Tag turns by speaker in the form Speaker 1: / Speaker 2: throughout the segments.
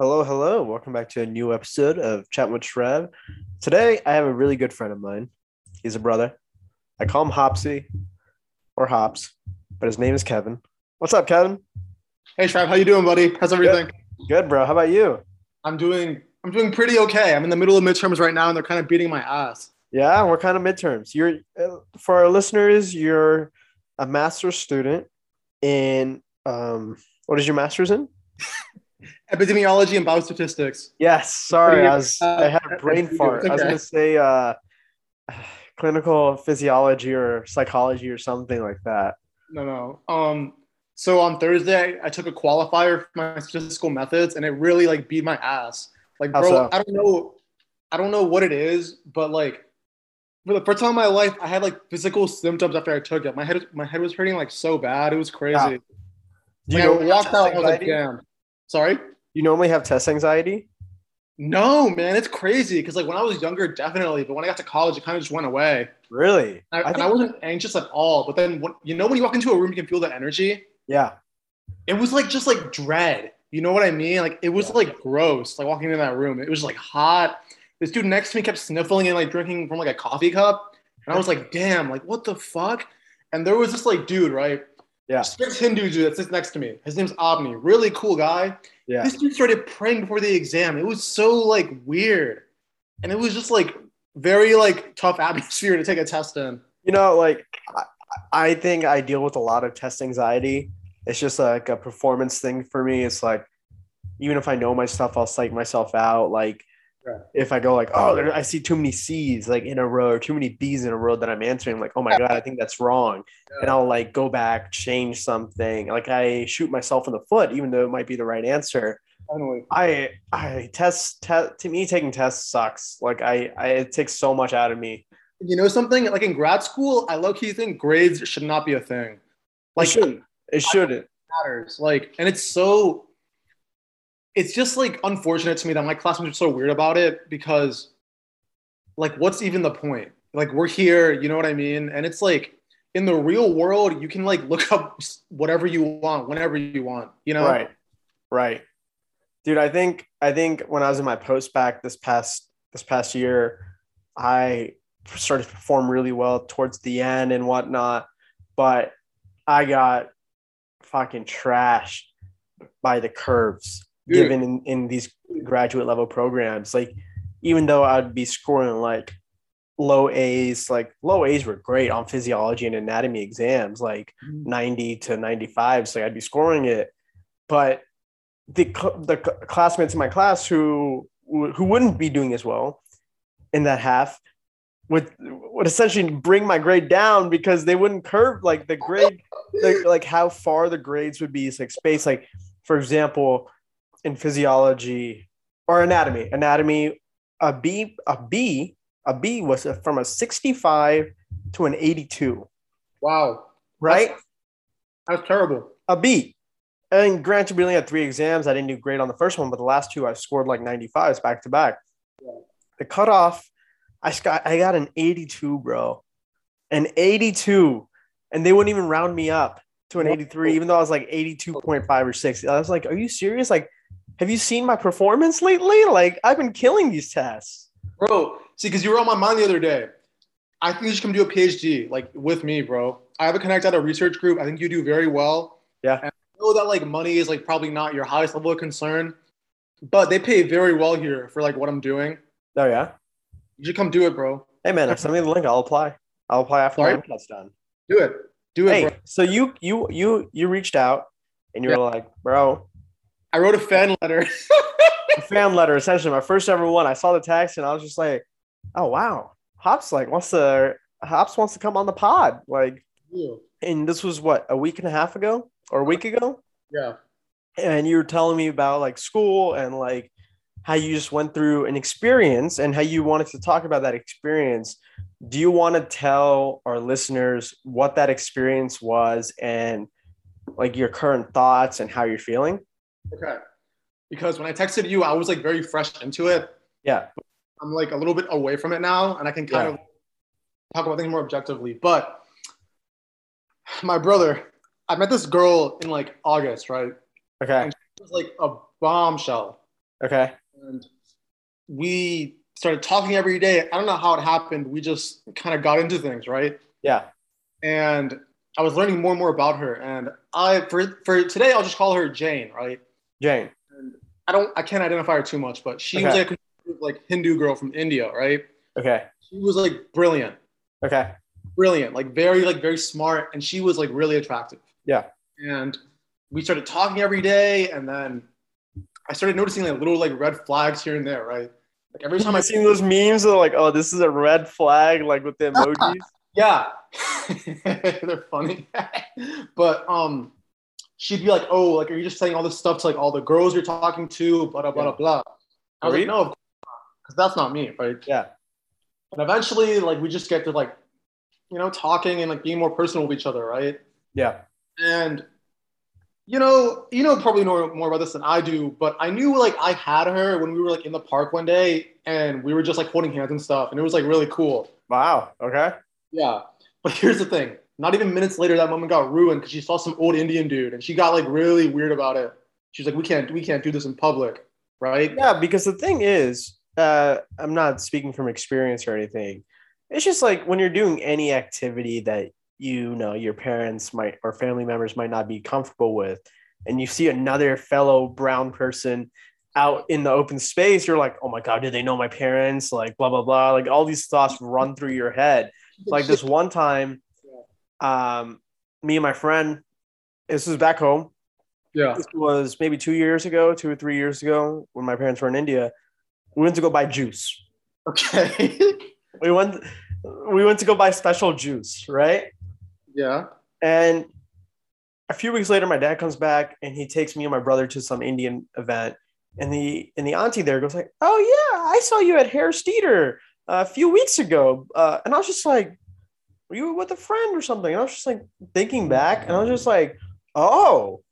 Speaker 1: Hello, hello. Welcome back to a new episode of Chat with Shrev. Today, I have a really good friend of mine. He's a brother. I call him Hopsy or Hops, but his name is Kevin. What's up, Kevin?
Speaker 2: Hey Shrive, how you doing, buddy? How's everything?
Speaker 1: Good, bro. How about you?
Speaker 2: I'm doing I'm doing pretty okay. I'm in the middle of midterms right now and they're kind of beating my ass.
Speaker 1: Yeah, we're kind of midterms. You're uh, for our listeners, you're a master's student in um what is your master's in?
Speaker 2: Epidemiology and biostatistics.
Speaker 1: Yes, sorry.
Speaker 2: Pretty,
Speaker 1: I was I had a
Speaker 2: uh,
Speaker 1: brain
Speaker 2: it's
Speaker 1: fart. I was
Speaker 2: okay.
Speaker 1: gonna say uh clinical physiology or psychology or something like that.
Speaker 2: No, no. Um so on Thursday I took a qualifier for my statistical methods and it really like beat my ass. Like
Speaker 1: How
Speaker 2: bro,
Speaker 1: so?
Speaker 2: I don't know I don't know what it is, but like for the first time in my life I had like physical symptoms after I took it. My head my head was hurting like so bad. It was crazy.
Speaker 1: Yeah. Do you,
Speaker 2: Like, I
Speaker 1: normally have
Speaker 2: walked
Speaker 1: test
Speaker 2: out and I was like,
Speaker 1: anxiety?
Speaker 2: damn. Sorry?
Speaker 1: you normally have test anxiety?
Speaker 2: No, man, it's crazy. Because like when I was younger, definitely, but when I got to college, it kind of just went away.
Speaker 1: Really?
Speaker 2: I,
Speaker 1: I
Speaker 2: and
Speaker 1: think-
Speaker 2: I wasn't anxious at all. But then, when, you know, when you walk into a room, you can feel the energy.
Speaker 1: yeah.
Speaker 2: It was like just like dread. You know what I mean? Like it was
Speaker 1: Yeah.
Speaker 2: like gross. Like walking into that room, it was like hot. This dude next to me kept sniffling and like drinking from like a coffee cup, and I was like, damn, like what the fuck? And there was this like dude, right?
Speaker 1: Yeah.
Speaker 2: Six Hindu dude that sits next to me. His name's Abni. Really cool guy.
Speaker 1: Yeah.
Speaker 2: This dude started praying before the exam. It was so like weird. And it was just like very like tough atmosphere to take a test in.
Speaker 1: You know, like I, I think I deal with a lot of test anxiety. It's just like a performance thing for me. It's like even if I know my stuff, I'll psych myself out. Like
Speaker 2: Right.
Speaker 1: if I go like, oh, there, I see too many C's like in a row, or too many B's in a row that I'm answering. like, oh my god, I think that's wrong, and I'll like go back, change something. Like I shoot myself in the foot, even though it might be the right answer.
Speaker 2: Finally.
Speaker 1: I I test te- to me taking tests sucks. Like I, I it takes so much out of me.
Speaker 2: You know something? Like in grad school, I low key think grades should not be a thing. Like
Speaker 1: it shouldn't. It shouldn't.
Speaker 2: matters. Like, and it's so it's just like unfortunate to me that my classmates are so weird about it because like what's even the point? Like we're here, you know what I mean? And it's like in the real world, you can like look up whatever you want, whenever you want, you know?
Speaker 1: Right. Right. Dude, I think I think when I was in my post back this past this past year, I started to perform really well towards the end and whatnot, but I got fucking trashed by the curves
Speaker 2: Dude.
Speaker 1: given in, in these graduate level programs. Like even though I'd be scoring like low A's, like low A's were great on physiology and anatomy exams, like 90 to 95 so i'd be scoring it but the cl- the cl- classmates in my class who who wouldn't be doing as well in that half would would essentially bring my grade down because they wouldn't curve like the grade like, like how far the grades would be like space like for example in physiology or anatomy anatomy a b a b a b was a- from a 65 to an 82
Speaker 2: Wow.
Speaker 1: right
Speaker 2: That was terrible.
Speaker 1: a B. And granted, we only had three exams. I didn't do great on the first one, but the last two I scored like 95s back to back. The cutoff, I just got I got an 82, bro. An 82. And they wouldn't even round me up to an 83, even though I was like 82.5 or 6. I was like, Are you serious? Like, have you seen my performance lately? Like, I've been killing these tests.
Speaker 2: Bro, see, because you were on my mind the other day. I think you should come do a PhD, like with me, bro. I have a connect at a research group. I think you do very well.
Speaker 1: Yeah.
Speaker 2: And I know that like money is like probably not your highest level of concern, but they pay very well here for like what I'm doing.
Speaker 1: Oh yeah.
Speaker 2: You should come do it, bro.
Speaker 1: Hey man, if send me the link, I'll apply. I'll apply after
Speaker 2: Sorry?
Speaker 1: my intern's done.
Speaker 2: Do it. Do it,
Speaker 1: hey,
Speaker 2: bro.
Speaker 1: so you you you you reached out and you were like, bro,
Speaker 2: I wrote a fan letter.
Speaker 1: a fan letter essentially, my first ever one. I saw the text and I was just like, oh wow, Hops like wants to Hops wants to come on the pod. Like, and this was what a week and a half ago or a week ago,
Speaker 2: yeah.
Speaker 1: and you were telling me about like school and like how you just went through an experience and how you wanted to talk about that experience. Do you want to tell our listeners what that experience was and like your current thoughts and how you're feeling?
Speaker 2: Okay. Because when I texted you, I was like very fresh into it.
Speaker 1: Yeah.
Speaker 2: I'm like a little bit away from it now, and I can kind
Speaker 1: Yeah.
Speaker 2: of talk about things more objectively. But my brother, I met this girl in like August, right?
Speaker 1: Okay.
Speaker 2: It was like a bombshell.
Speaker 1: Okay.
Speaker 2: And we started talking every day. I don't know how it happened. We just kind of got into things, right?
Speaker 1: Yeah.
Speaker 2: And I was learning more and more about her. And I for for today I'll just call her Jane, right?
Speaker 1: Jane.
Speaker 2: I don't I can't identify her too much, but she was
Speaker 1: Okay.
Speaker 2: like a like Hindu girl from India, right?
Speaker 1: Okay.
Speaker 2: She was like brilliant,
Speaker 1: Okay.
Speaker 2: brilliant, like very like very smart, and she was like really attractive.
Speaker 1: Yeah.
Speaker 2: And we started talking every day, and then I started noticing like little like red flags here and there, right? Like every time I
Speaker 1: I've seen those memes that are like, oh, this is a red flag, like with the emojis.
Speaker 2: Yeah. They're funny. but um she'd be like, Oh, like are you just saying all this stuff to like all the girls you're talking to, blah blah blah blah. I was
Speaker 1: Were
Speaker 2: like,
Speaker 1: you?
Speaker 2: no, because that's not me, right?
Speaker 1: Yeah.
Speaker 2: And eventually like we just get to like, you know, talking and like being more personal with each other, right?
Speaker 1: yeah.
Speaker 2: And you know, you know probably know more about this than I do, but I knew like I had her when we were like in the park one day and we were just like holding hands and stuff, and it was like really cool.
Speaker 1: Wow. Okay.
Speaker 2: Yeah. But here's the thing. Not even minutes later, that moment got ruined because she saw some old Indian dude and she got like really weird about it. She's like, we can't, we can't do this in public, right?
Speaker 1: Yeah, because the thing is, uh, I'm not speaking from experience or anything. It's just like when you're doing any activity that you know your parents might or family members might not be comfortable with, and you see another fellow brown person out in the open space, you're like, oh my god, do they know my parents? Like blah blah blah. Like all these thoughts run through your head. like this one time um me and my friend this was back home
Speaker 2: Yeah.
Speaker 1: this was maybe two years ago two or three years ago when my parents were in india we went to go buy juice
Speaker 2: Okay.
Speaker 1: we went we went to go buy special juice right
Speaker 2: yeah.
Speaker 1: and a few weeks later, my dad comes back and he takes me and my brother to some Indian event. And the and the auntie there goes like, "Oh yeah, I saw you at Harris Theater uh, a few weeks ago." Uh, and I was just like, "Were you with a friend or something?" And I was just like thinking back, and I was just like, "Oh,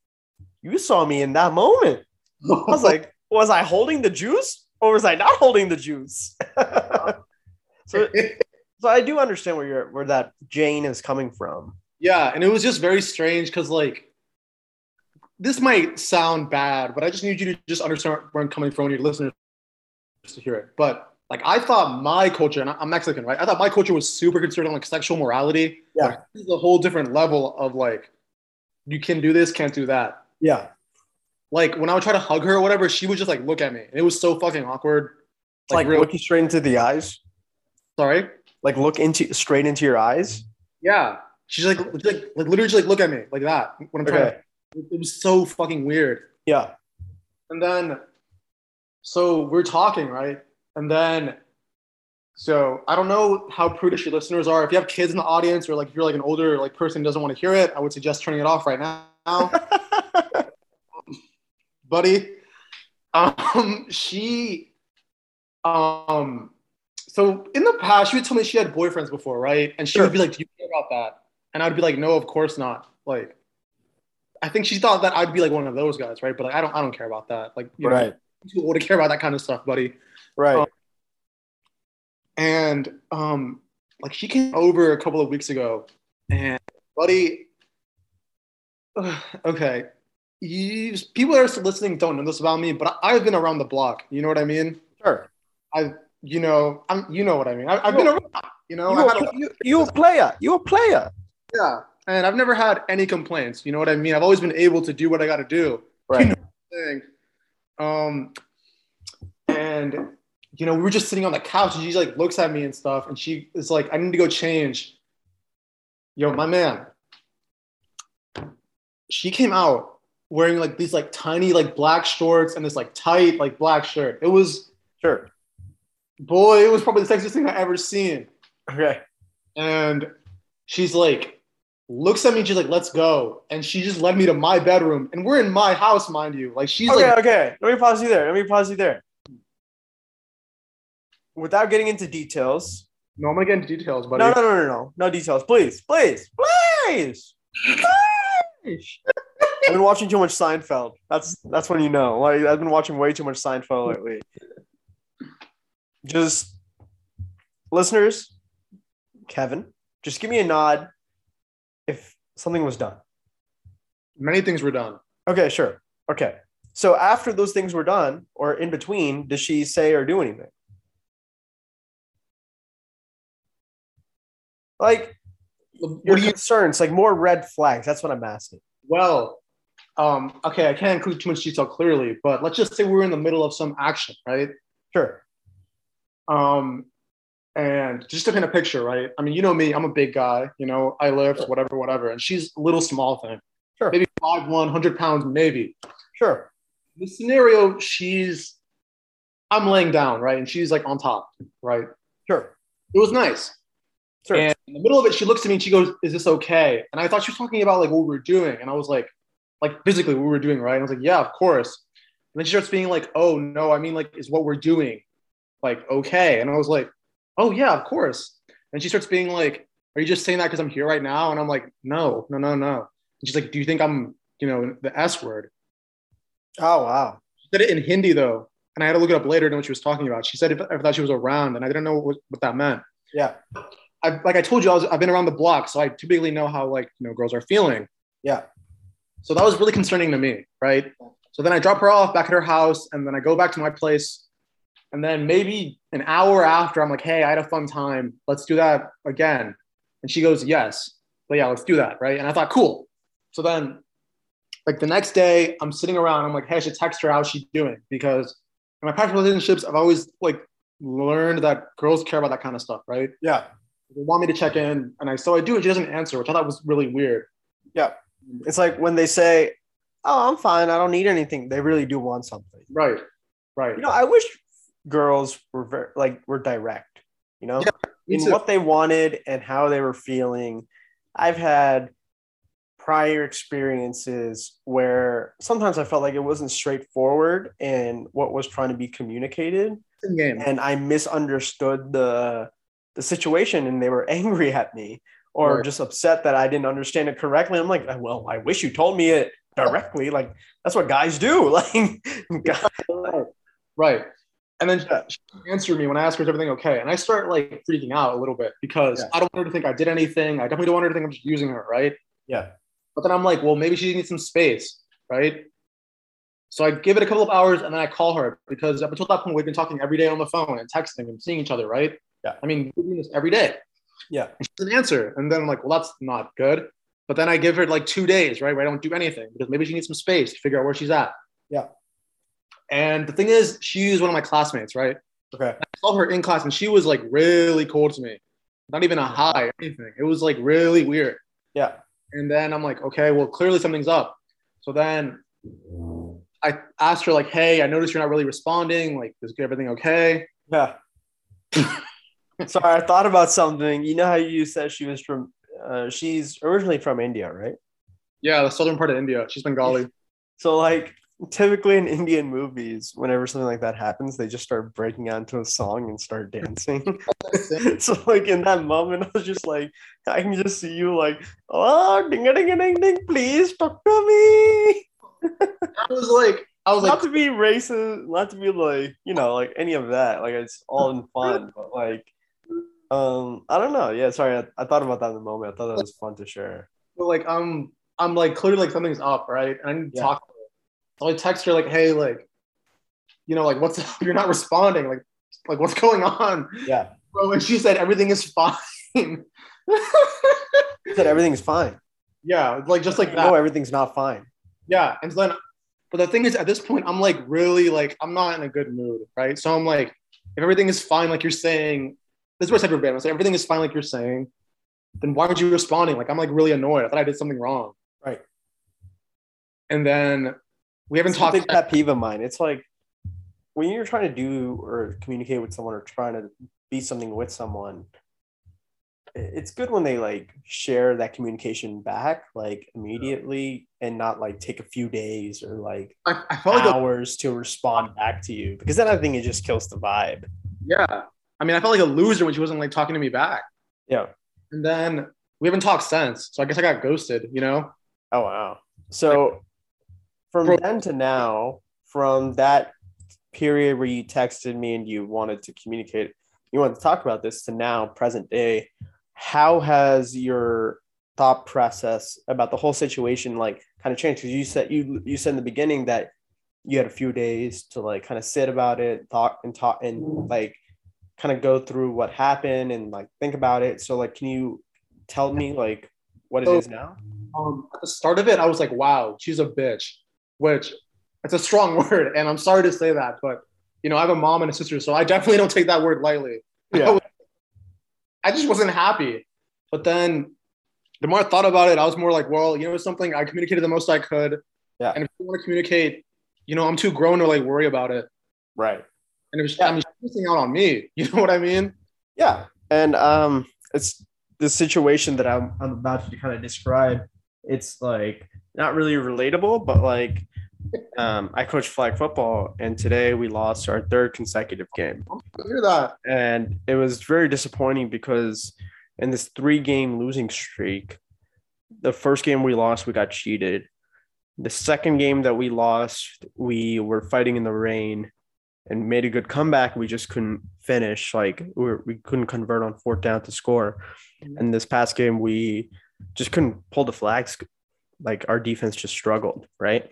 Speaker 1: you saw me in that moment." I was like, "Was I holding the juice or was I not holding the juice?" so, so I do understand where you're where that Jane is coming from.
Speaker 2: yeah. And it was just very strange because like, this might sound bad, but I just need you to just understand where I'm coming from and your listeners to hear it. But like, I thought my culture, and I- I'm Mexican, right? I thought my culture was super concerned on like sexual morality.
Speaker 1: Yeah.
Speaker 2: Like, this is a whole different level of like, you can do this, can't do that.
Speaker 1: Yeah,
Speaker 2: Like when I would try to hug her or whatever, she would just like look at me, and it was so fucking awkward.
Speaker 1: like,
Speaker 2: Like, real
Speaker 1: looking straight into the eyes
Speaker 2: sorry.
Speaker 1: like look into straight into your eyes
Speaker 2: Yeah, she's like, like, like literally, just, like look at me like that when I'm trying. To, it was so fucking weird.
Speaker 1: yeah
Speaker 2: And then, so we're talking, right? And then, so I don't know how prudish your listeners are. If you have kids in the audience, or like if you're like an older like person who doesn't want to hear it, I would suggest turning it off right now, buddy. Um, she, um, so in the past, she would tell me she had boyfriends before, right? And she
Speaker 1: Sure.
Speaker 2: would be like, "Do you care about that?" And I'd be like, "No, of course not." Like. I think she thought that I'd be like one of those guys, right? But like, I don't, I don't care about that. Like, you know,
Speaker 1: right
Speaker 2: too old to care about that kind of stuff, buddy.
Speaker 1: right
Speaker 2: Um, And um, like she came over a couple of weeks ago, and buddy, ugh, okay, you people that are still listening don't know this about me, but I, I've been around the block. You know what I mean?
Speaker 1: sure
Speaker 2: You know, I'm, you know what I mean. I, I've been around. You know,
Speaker 1: you
Speaker 2: I've
Speaker 1: a,
Speaker 2: had a-
Speaker 1: you, you a player you a player
Speaker 2: yeah, and I've never had any complaints. You know what I mean? I've always been able to do what I got to do.
Speaker 1: right
Speaker 2: thing. Um, and you know, we were just sitting on the couch, and she like looks at me and stuff, and she is like, "I need to go change." Yo, my man. She came out wearing like these like tiny like black shorts and this like tight like black shirt. It was
Speaker 1: sure
Speaker 2: boy, it was probably the sexiest thing I ever seen.
Speaker 1: okay
Speaker 2: And she's like, looks at me, she's like, "Let's go," and she just led me to my bedroom, and we're in my house, mind you. Like she's
Speaker 1: okay
Speaker 2: like
Speaker 1: okay let me pause you there let me pause you there without getting into details
Speaker 2: No, I'm gonna get into details, buddy.
Speaker 1: no no no no no no details please please please please I've been watching too much Seinfeld. That's that's when you know. Like I've been watching way too much Seinfeld lately. Just listeners, Kevin, just give me a nod if something was done.
Speaker 2: Many things were done.
Speaker 1: Okay, sure. Okay. So after those things were done, or in between, does she say or do anything? Like your
Speaker 2: What do you?
Speaker 1: concerns, like more red flags. That's what I'm asking.
Speaker 2: Well, um, okay, I can't include too much detail clearly, but let's just say we're in the middle of some action, right?
Speaker 1: Sure.
Speaker 2: Um, and just to paint a picture, right? I mean, you know me, I'm a big guy, you know, I lift,
Speaker 1: Sure.
Speaker 2: whatever, whatever. And she's a little small thing.
Speaker 1: Sure.
Speaker 2: Maybe five, one hundred pounds, maybe.
Speaker 1: Sure.
Speaker 2: The scenario, she's I'm laying down, right? And she's like on top, right?
Speaker 1: Sure.
Speaker 2: It was nice.
Speaker 1: Sure.
Speaker 2: And in the middle of it, she looks at me and she goes, Is this okay? And I thought she was talking about like what we were doing. And I was like, like physically what we were doing, right? And I was like, Yeah, of course. And then she starts being like, Oh no, I mean like is what we're doing like okay? And I was like, Oh yeah, of course. And she starts being like, Are you just saying that because I'm here right now? And I'm like, No, no, no, no. And she's like, Do you think I'm, you know, the S word?
Speaker 1: oh wow.
Speaker 2: She said it in Hindi though. And I had to look it up later to know what she was talking about. She said if I thought she was around and I didn't know what, what that meant.
Speaker 1: Yeah.
Speaker 2: I, like I told you, I was, I've been around the block, so I typically know how like you know girls are feeling.
Speaker 1: Yeah.
Speaker 2: So that was really concerning to me, right? So then I drop her off back at her house, and then I go back to my place, and then maybe an hour after, I'm like, "Hey, I had a fun time. Let's do that again." And she goes, "Yes, but yeah, let's do that, right?" And I thought, "Cool." So then, like the next day, I'm sitting around. I'm like, "Hey, I should text her. How's she doing?" Because in my past relationships, I've always like learned that girls care about that kind of stuff, right?
Speaker 1: Yeah.
Speaker 2: they want me to check in, and I so I do, and she doesn't answer, which I thought was really weird.
Speaker 1: It's like when they say, "Oh, I'm fine. I don't need anything." They really do want something.
Speaker 2: Right, right.
Speaker 1: You know, I wish girls were very, like were direct. You know,
Speaker 2: Yeah, me
Speaker 1: in
Speaker 2: too.
Speaker 1: what they wanted and how they were feeling. I've had prior experiences where sometimes I felt like it wasn't straightforward in what was trying to be communicated,
Speaker 2: In game.
Speaker 1: and I misunderstood the the situation, and they were angry at me or
Speaker 2: Right.
Speaker 1: just upset that I didn't understand it correctly. I'm like, "Ah, well, I wish you told me it directly. Like that's what guys do. Like, guys-
Speaker 2: Right. And then
Speaker 1: Yeah.
Speaker 2: she answered me when I asked her, is everything okay? And I start like freaking out a little bit because
Speaker 1: Yeah.
Speaker 2: I don't want her to think I did anything. I definitely don't want her to think I'm just using her, right?
Speaker 1: yeah,
Speaker 2: But then I'm like, well, maybe she needs some space, right? So I give it a couple of hours and then I call her because up until that point, we've been talking every day on the phone and texting and seeing each other, right?
Speaker 1: Yeah.
Speaker 2: I mean, we're doing this every day.
Speaker 1: Yeah.
Speaker 2: And she doesn't answer. And then I'm like, well, that's not good. But then I give her like two days, right? Where I don't do anything because maybe she needs some space to figure out where she's at.
Speaker 1: Yeah.
Speaker 2: And the thing is, she's one of my classmates, right?
Speaker 1: okay,
Speaker 2: I saw her in class and she was like really cold to me. Not even a hi or anything. It was like really weird.
Speaker 1: yeah,
Speaker 2: And then I'm like, okay, well, clearly something's up. So then I asked her, like, hey, I noticed you're not really responding. Like, is everything okay?
Speaker 1: yeah. Sorry, I thought about something. You know how you said she was from? Uh, she's originally from India, right?
Speaker 2: Yeah, the southern part of India. She's Bengali.
Speaker 1: So like typically in Indian movies, whenever something like that happens, they just start breaking out into a song and start dancing. so like in that moment, I was just like, I can just see you like, oh ding a ding a ding ding, please talk to me.
Speaker 2: I was like, I was
Speaker 1: Not
Speaker 2: like,
Speaker 1: to be racist, not to be like, you know, like any of that. Like it's all in fun, but like um, I don't know. Yeah, sorry, I, I thought about that in the moment. I thought that was fun to share.
Speaker 2: like, I'm, I'm like, clearly, like, something's up, right? And I need to
Speaker 1: Yeah.
Speaker 2: talk to her. So I text her, like, hey, like, you know, like, what's up? You're not responding. Like, like, what's going on?
Speaker 1: Yeah.
Speaker 2: Bro, and she said, everything is fine.
Speaker 1: Said everything's fine.
Speaker 2: yeah, like, just like that.
Speaker 1: No, everything's not fine.
Speaker 2: Yeah, and so then, but the thing is, at this point, I'm like really like I'm not in a good mood, right? So I'm like, if everything is fine, like you're saying, this is what I said verbatim. I said everything is fine, like you're saying. Then why aren't you responding? Like I'm like really annoyed. I thought I did something wrong.
Speaker 1: Right.
Speaker 2: And then we haven't
Speaker 1: It's a
Speaker 2: talked.
Speaker 1: big pet peeve of mine. It's like when you're trying to do or communicate with someone or trying to be something with someone, i- it's good when they like share that communication back like immediately and not like take a few days or like
Speaker 2: I, I felt like a,
Speaker 1: hours to respond back to you because then I think it just kills the vibe.
Speaker 2: yeah. I mean, I felt like a loser when she wasn't like talking to me back.
Speaker 1: Yeah.
Speaker 2: And then we haven't talked since. So I guess I got ghosted. You know.
Speaker 1: Oh wow. So from
Speaker 2: Bro-
Speaker 1: then to now, from that period where you texted me and you wanted to communicate, you wanted to talk about this to now, present day, how has your thought process about the whole situation like kind of changed? Because you said you you said in the beginning that you had a few days to like kind of sit about it, talk and talk and like kind of go through what happened and like think about it. So like, can you tell me like what it
Speaker 2: So-
Speaker 1: is now?
Speaker 2: um, at the start of it, I was like, wow, she's a bitch, which it's a strong word. And I'm sorry to say that, but you know, I have a mom and a sister, so I definitely don't take that word lightly.
Speaker 1: Yeah.
Speaker 2: I just wasn't happy. But then the more I thought about it, I was more like, well, you know, something I communicated the most I could.
Speaker 1: Yeah.
Speaker 2: And if you want to communicate, you know, I'm too grown to like worry about it.
Speaker 1: Right.
Speaker 2: And it was,
Speaker 1: Yeah.
Speaker 2: I mean, she's missing out on me. You know what I mean?
Speaker 1: Yeah. And um it's the situation that I'm I'm about to kind of describe. It's like not really relatable, but like um I coach flag football and today we lost our third consecutive game.
Speaker 2: I hear that.
Speaker 1: and it was very disappointing because in this three game losing streak the first game we lost we got cheated the second game that we lost we were fighting in the rain and made a good comeback we just couldn't finish like we, were- we couldn't convert on fourth down to score and this past game we just couldn't pull the flags like our defense just struggled right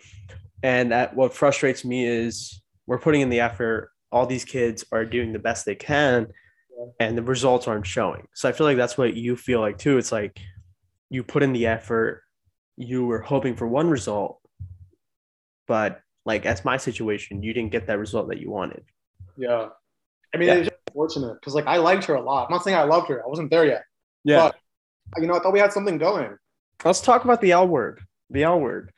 Speaker 1: and that what frustrates me is we're putting in the effort. All these kids are doing the best they can,
Speaker 2: Yeah.
Speaker 1: and the results aren't showing. So I feel like that's what you feel like too. It's like you put in the effort, you were hoping for one result, but like that's my situation, you didn't get that result that you wanted.
Speaker 2: Yeah. I mean,
Speaker 1: Yeah.
Speaker 2: it was just unfortunate because like I liked her a lot. I'm not saying I loved her. I wasn't there yet.
Speaker 1: Yeah.
Speaker 2: But- You know, I thought we had something going.
Speaker 1: Let's talk about the L word. The L word.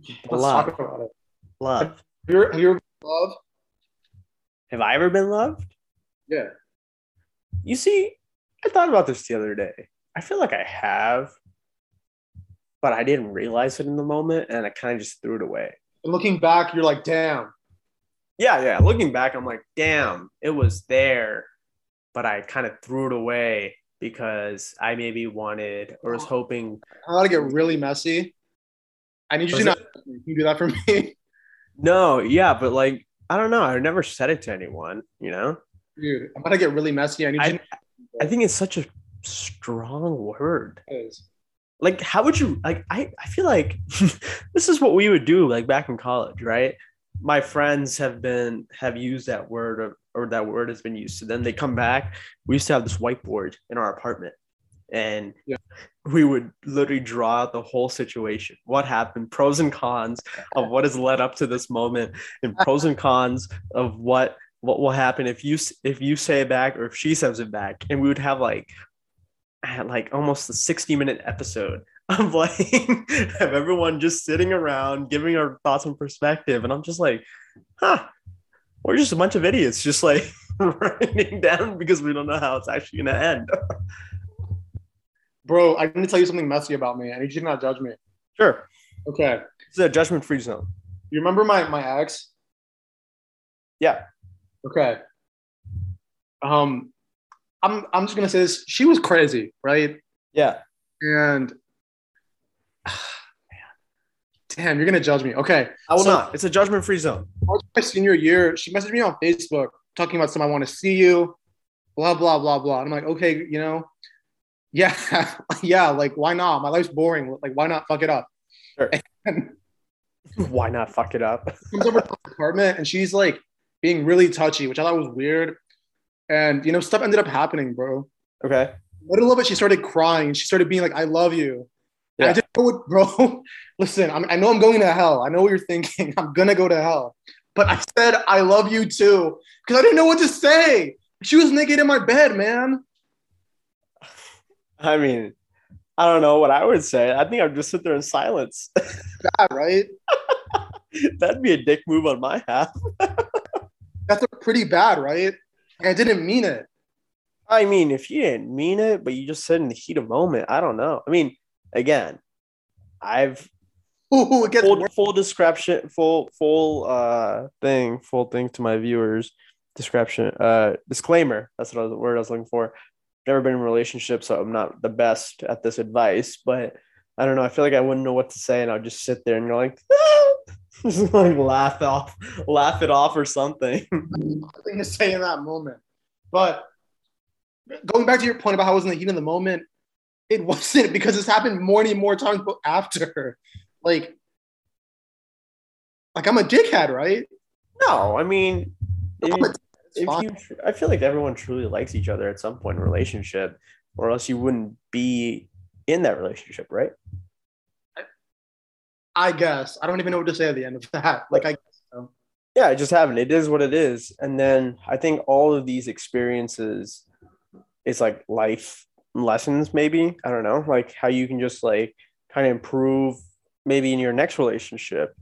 Speaker 2: Let's
Speaker 1: Love.
Speaker 2: talk about it.
Speaker 1: Love.
Speaker 2: Have you, ever- have you ever been in love?
Speaker 1: Have I ever been loved?
Speaker 2: Yeah.
Speaker 1: You see, I thought about this the other day. I feel like I have, but I didn't realize it in the moment and I kind of just threw it away.
Speaker 2: And looking back, you're like, damn.
Speaker 1: Yeah, yeah. Looking back, I'm like, damn, it was there, but I kind of threw it away because I maybe wanted or was hoping.
Speaker 2: I'm about to get really messy. I need you
Speaker 1: Was
Speaker 2: to not. Can you do that for me?
Speaker 1: No, yeah, but like, I don't know. I never said it to anyone, you know?
Speaker 2: Dude, I'm about to get really messy. I need you
Speaker 1: I,
Speaker 2: to
Speaker 1: I think it's such a strong word.
Speaker 2: know this.
Speaker 1: like how would you like i, I feel like this is what we would do like back in college right my friends have been have used that word or, or that word has been used to them they come back we used to have this whiteboard in our apartment and
Speaker 2: Yeah.
Speaker 1: we would literally draw out the whole situation what happened pros and cons of what has led up to this moment and pros and cons of what what will happen if you s- if you say it back or if she says it back and we would have like at like almost a 60 minute episode of like of everyone just sitting around giving our thoughts and perspective and i'm just like huh we're just a bunch of idiots just like writing down because we don't know how it's actually going to end
Speaker 2: Bro, I need to tell you something messy about me. I need you to not judge me.
Speaker 1: sure
Speaker 2: Okay.
Speaker 1: it's a judgment free zone
Speaker 2: You remember my, my ex?
Speaker 1: Yeah.
Speaker 2: Okay. Um, I'm, I'm just going to say this. She was crazy, right?
Speaker 1: yeah
Speaker 2: And man. damn, you're going to judge me. Okay.
Speaker 1: i will
Speaker 2: So-
Speaker 1: not it's a judgment free zone
Speaker 2: all through my senior year, she messaged me on Facebook talking about some I want to see you, blah blah blah blah. And I'm like, okay, you know, yeah, yeah, like why not? My life's boring. Like why not fuck it up?
Speaker 1: why not fuck it up
Speaker 2: Comes over to my apartment and she's like being really touchy, which I thought was weird. And you know, stuff ended up happening, bro.
Speaker 1: okay
Speaker 2: middle of it, she started crying. She started being like, "I love you." And I
Speaker 1: Yeah.
Speaker 2: didn't know what, bro. Listen, I'm, I know I'm going to hell. I know what you're thinking. I'm gonna go to hell. But I said, "I love you too," because I didn't know what to say. She was naked in my bed, man.
Speaker 1: i mean i don't know what i would say i think i'd just sit there in silence
Speaker 2: Bad, right?
Speaker 1: that'd be a dick move on my half
Speaker 2: That's a pretty bad, right? And I didn't mean it.
Speaker 1: I mean, if you didn't mean it, but you just said in the heat of moment, I don't know. I mean, again, I've
Speaker 2: Ooh, it gets
Speaker 1: full,
Speaker 2: worse.
Speaker 1: full description, full full uh thing, full thing to my viewers. Description, uh, disclaimer. That's what I was, the word I was looking for. Never been in a relationship, so I'm not the best at this advice. But I don't know. I feel like I wouldn't know what to say, and I'll just sit there and you're like, just like laugh off, laugh it off or something.
Speaker 2: Thing to say in that moment. But going back to your point about how it was in the heat of the moment, it wasn't because this happened more and more times after. Like, Like I'm a dickhead, right?
Speaker 1: No, I mean,
Speaker 2: No, I'm a
Speaker 1: if,
Speaker 2: dickhead. It's
Speaker 1: if
Speaker 2: fine.
Speaker 1: you, tr- I feel like everyone truly likes each other at some point in a relationship, or else you wouldn't be in that relationship, right?
Speaker 2: I guess. I don't even know what to say at the end of that. Like I
Speaker 1: yeah, it just happened. It is what it is. And then I think all of these experiences is like life lessons, maybe. I don't know, like how you can just like kind of improve maybe in your next relationship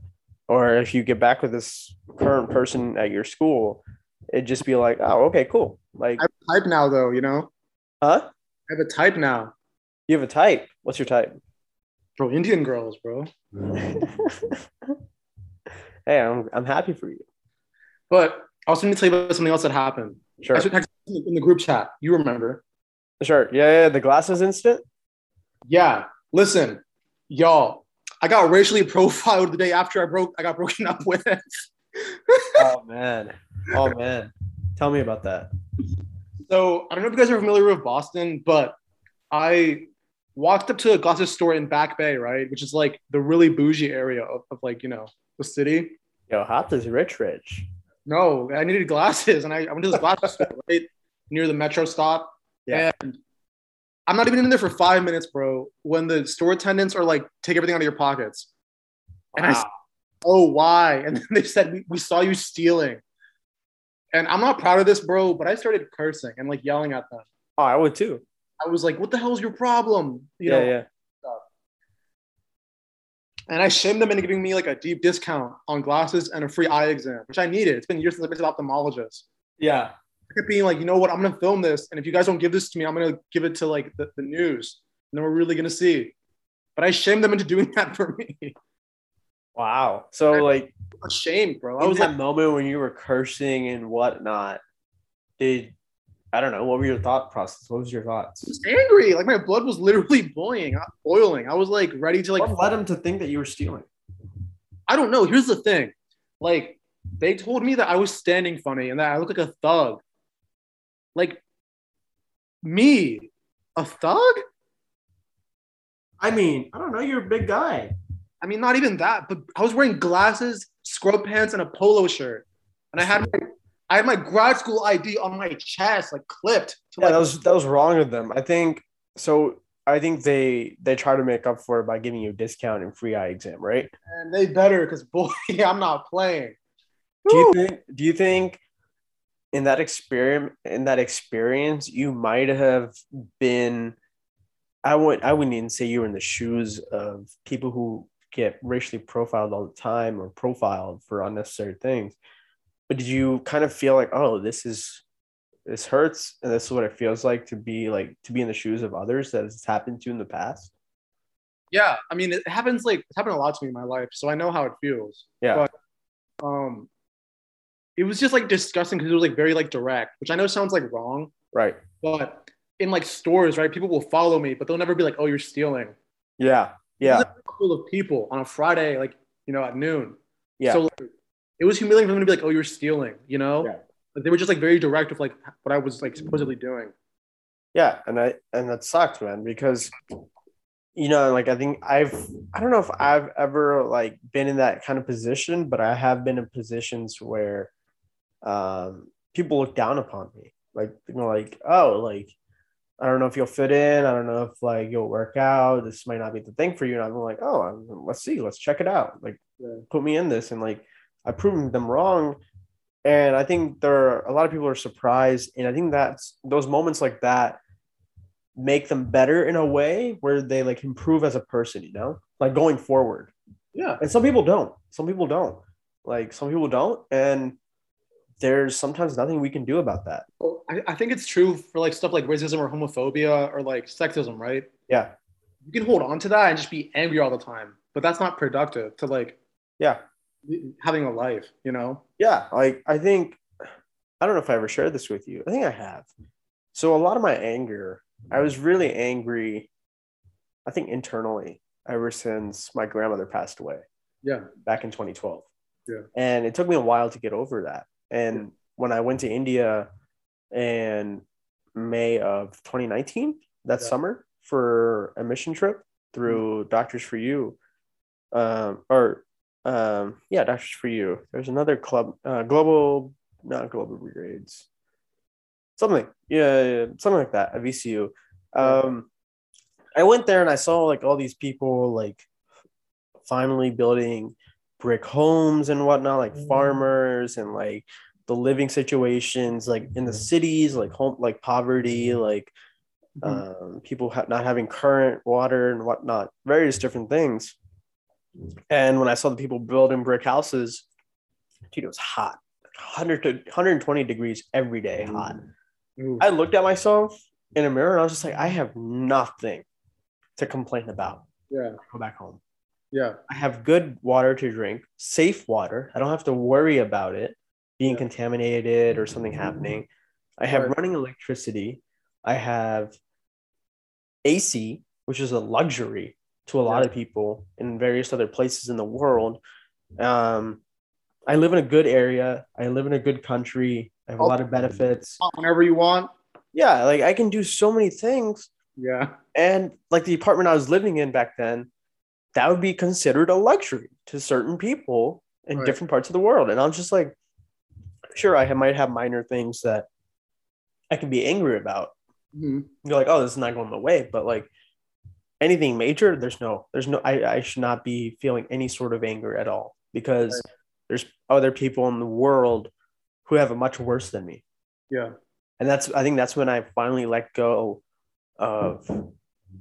Speaker 1: or if you get back with this current person at your school, it'd just be like, oh, okay, cool. Like,
Speaker 2: I have a type now though, you know?
Speaker 1: huh?
Speaker 2: I have a type now.
Speaker 1: You have a type. What's your type?
Speaker 2: Bro, Indian girls, bro.
Speaker 1: hey, I'm, I'm happy for you.
Speaker 2: But I also need to tell you about something else that happened.
Speaker 1: Sure.
Speaker 2: I should text in the- in the group chat. You remember.
Speaker 1: Sure. Yeah, yeah. The glasses incident.
Speaker 2: Yeah. Listen, y'all. I got racially profiled the day after I broke I got broken up with.
Speaker 1: oh man oh man tell me about that
Speaker 2: So I don't know if you guys are familiar with Boston, but I walked up to a gossip store in Back Bay, right? Which is like the really bougie area of, of like, you know, the city.
Speaker 1: yo hop is rich rich
Speaker 2: No, I needed glasses and I, I went to this glasses store right near the metro stop.
Speaker 1: Yeah.
Speaker 2: And I'm not even in there for five minutes, bro, when the store attendants are like, take everything out of your pockets. And I
Speaker 1: Wow.
Speaker 2: said, oh, why? And then they said, we, we saw you stealing. And I'm not proud of this, bro, but I started cursing and like yelling at them.
Speaker 1: oh i would too
Speaker 2: I was like, what the hell's your problem? You
Speaker 1: yeah
Speaker 2: know,
Speaker 1: yeah
Speaker 2: and I shamed them into giving me like a deep discount on glasses and a free eye exam, which I needed. It's been years since I've been to an ophthalmologist.
Speaker 1: yeah
Speaker 2: I kept being like, you know what, I'm gonna film this, and if you guys don't give this to me, I'm gonna give it to like the, the news, and then we're really gonna see. But I shamed them into doing that for me.
Speaker 1: wow so like
Speaker 2: Ashamed, bro. I
Speaker 1: what was
Speaker 2: was
Speaker 1: that
Speaker 2: like,
Speaker 1: moment when you were cursing and whatnot did i don't know what were your thought process what was your thoughts
Speaker 2: I was angry. Like my blood was literally boiling, uh, boiling. I was like ready to like
Speaker 1: what led him to think that you were stealing
Speaker 2: I don't know. Here's the thing. Like, they told me that I was standing funny and that I look like a thug. Like, me, a thug?
Speaker 1: i mean i don't know you're a big guy
Speaker 2: I mean, not even that, but I was wearing glasses, scrub pants, and a polo shirt. And I had my, I had my grad school ID on my chest, like clipped to
Speaker 1: yeah
Speaker 2: like
Speaker 1: that was that was wrong of them i think so i think they they try to make up for it by giving you a discount and free eye exam right
Speaker 2: and they better because boy, I'm not playing.
Speaker 1: do you
Speaker 2: Woo.
Speaker 1: think do you think in that experiment in that experience you might have been i would i wouldn't even say you were in the shoes of people who get racially profiled all the time or profiled for unnecessary things but did you kind of feel like oh this is this hurts and this is what it feels like to be like to be in the shoes of others that has happened to in the past
Speaker 2: Yeah. I mean, it happens like it's happened a lot to me in my life, so I know how it feels.
Speaker 1: yeah
Speaker 2: But- um it was just like disgusting because it was like very like direct which i know sounds like wrong
Speaker 1: right
Speaker 2: but in like stores right people will follow me but they'll never be like oh you're stealing
Speaker 1: yeah yeah
Speaker 2: full of people on a friday like you know at noon
Speaker 1: yeah
Speaker 2: so like, it was humiliating for them to be like oh you're stealing you know
Speaker 1: Yeah.
Speaker 2: But they were just like very direct with like what i was like supposedly doing
Speaker 1: Yeah, and I and that sucked, man, because you know, like I think I've I don't know if I've ever like been in that kind of position, but I have been in positions where um people look down upon me. Like you know, like, oh, like I don't know if you'll fit in, I don't know if like you'll work out, this might not be the thing for you. And I'm like, oh I'm- let's see, let's check it out. Like
Speaker 2: Yeah.
Speaker 1: put me in this and like I've proven them wrong and I think there are a lot of people are surprised, and I think that's those moments like that make them better in a way where they like improve as a person, you know, like going forward.
Speaker 2: yeah
Speaker 1: And some people don't. Some people don't. Like some people don't, and there's sometimes nothing we can do about that.
Speaker 2: Well, Oh, I, I think it's true for like stuff like racism or homophobia or like sexism right
Speaker 1: Yeah,
Speaker 2: you can hold on to that and just be angry all the time but that's not productive to like
Speaker 1: yeah,
Speaker 2: having a life, you know?
Speaker 1: yeah. Like I think I don't know if I ever shared this with you. I think I have. So a lot of my anger, I was really angry. I think internally ever since my grandmother passed away.
Speaker 2: Yeah.
Speaker 1: back in 2012.
Speaker 2: Yeah.
Speaker 1: And it took me a while to get over that. And when I went to India in May of 2019, that
Speaker 2: Yeah. Mm-hmm.
Speaker 1: summer for a mission trip through Doctors for You, um, or um, yeah, doctors for you. There's another club, uh, global, not global brigades, something, yeah, something like that at VCU. Um, I went there and I saw like all these people like finally building brick homes and whatnot, like
Speaker 2: Mm.
Speaker 1: farmers and like the living situations, like in the cities, like home, like poverty, like um, people ha- not having current water and whatnot, various different things. And when I saw the people building brick houses, dude, it was hot, 100 to 120 degrees every day, hot.
Speaker 2: Ooh.
Speaker 1: I looked at myself in a mirror and I was just like, I have nothing to complain about.
Speaker 2: yeah,
Speaker 1: Go back home.
Speaker 2: yeah,
Speaker 1: I have good water to drink, safe water. I don't have to worry about it being
Speaker 2: Yeah.
Speaker 1: contaminated or something happening. I have
Speaker 2: Right.
Speaker 1: running electricity. I have AC, which is a luxury to a lot
Speaker 2: Yeah.
Speaker 1: of people in various other places in the world. Um, I live in a good area. I live in a good country. I have a
Speaker 2: Oh.
Speaker 1: lot of benefits.
Speaker 2: whenever you want.
Speaker 1: Yeah, like I can do so many things.
Speaker 2: Yeah,
Speaker 1: And like the apartment I was living in back then, that would be considered a luxury to certain people in
Speaker 2: Right.
Speaker 1: different parts of the world. And I'm just like, sure, I ha- might have minor things that I can be angry about.
Speaker 2: Mhm.
Speaker 1: You're like, oh, this is not going my way. But like anything major, there's no, there's no, I, I should not be feeling any sort of anger at all because there's other people in the world who have it much worse than me
Speaker 2: yeah,
Speaker 1: and that's i think that's when i finally let go of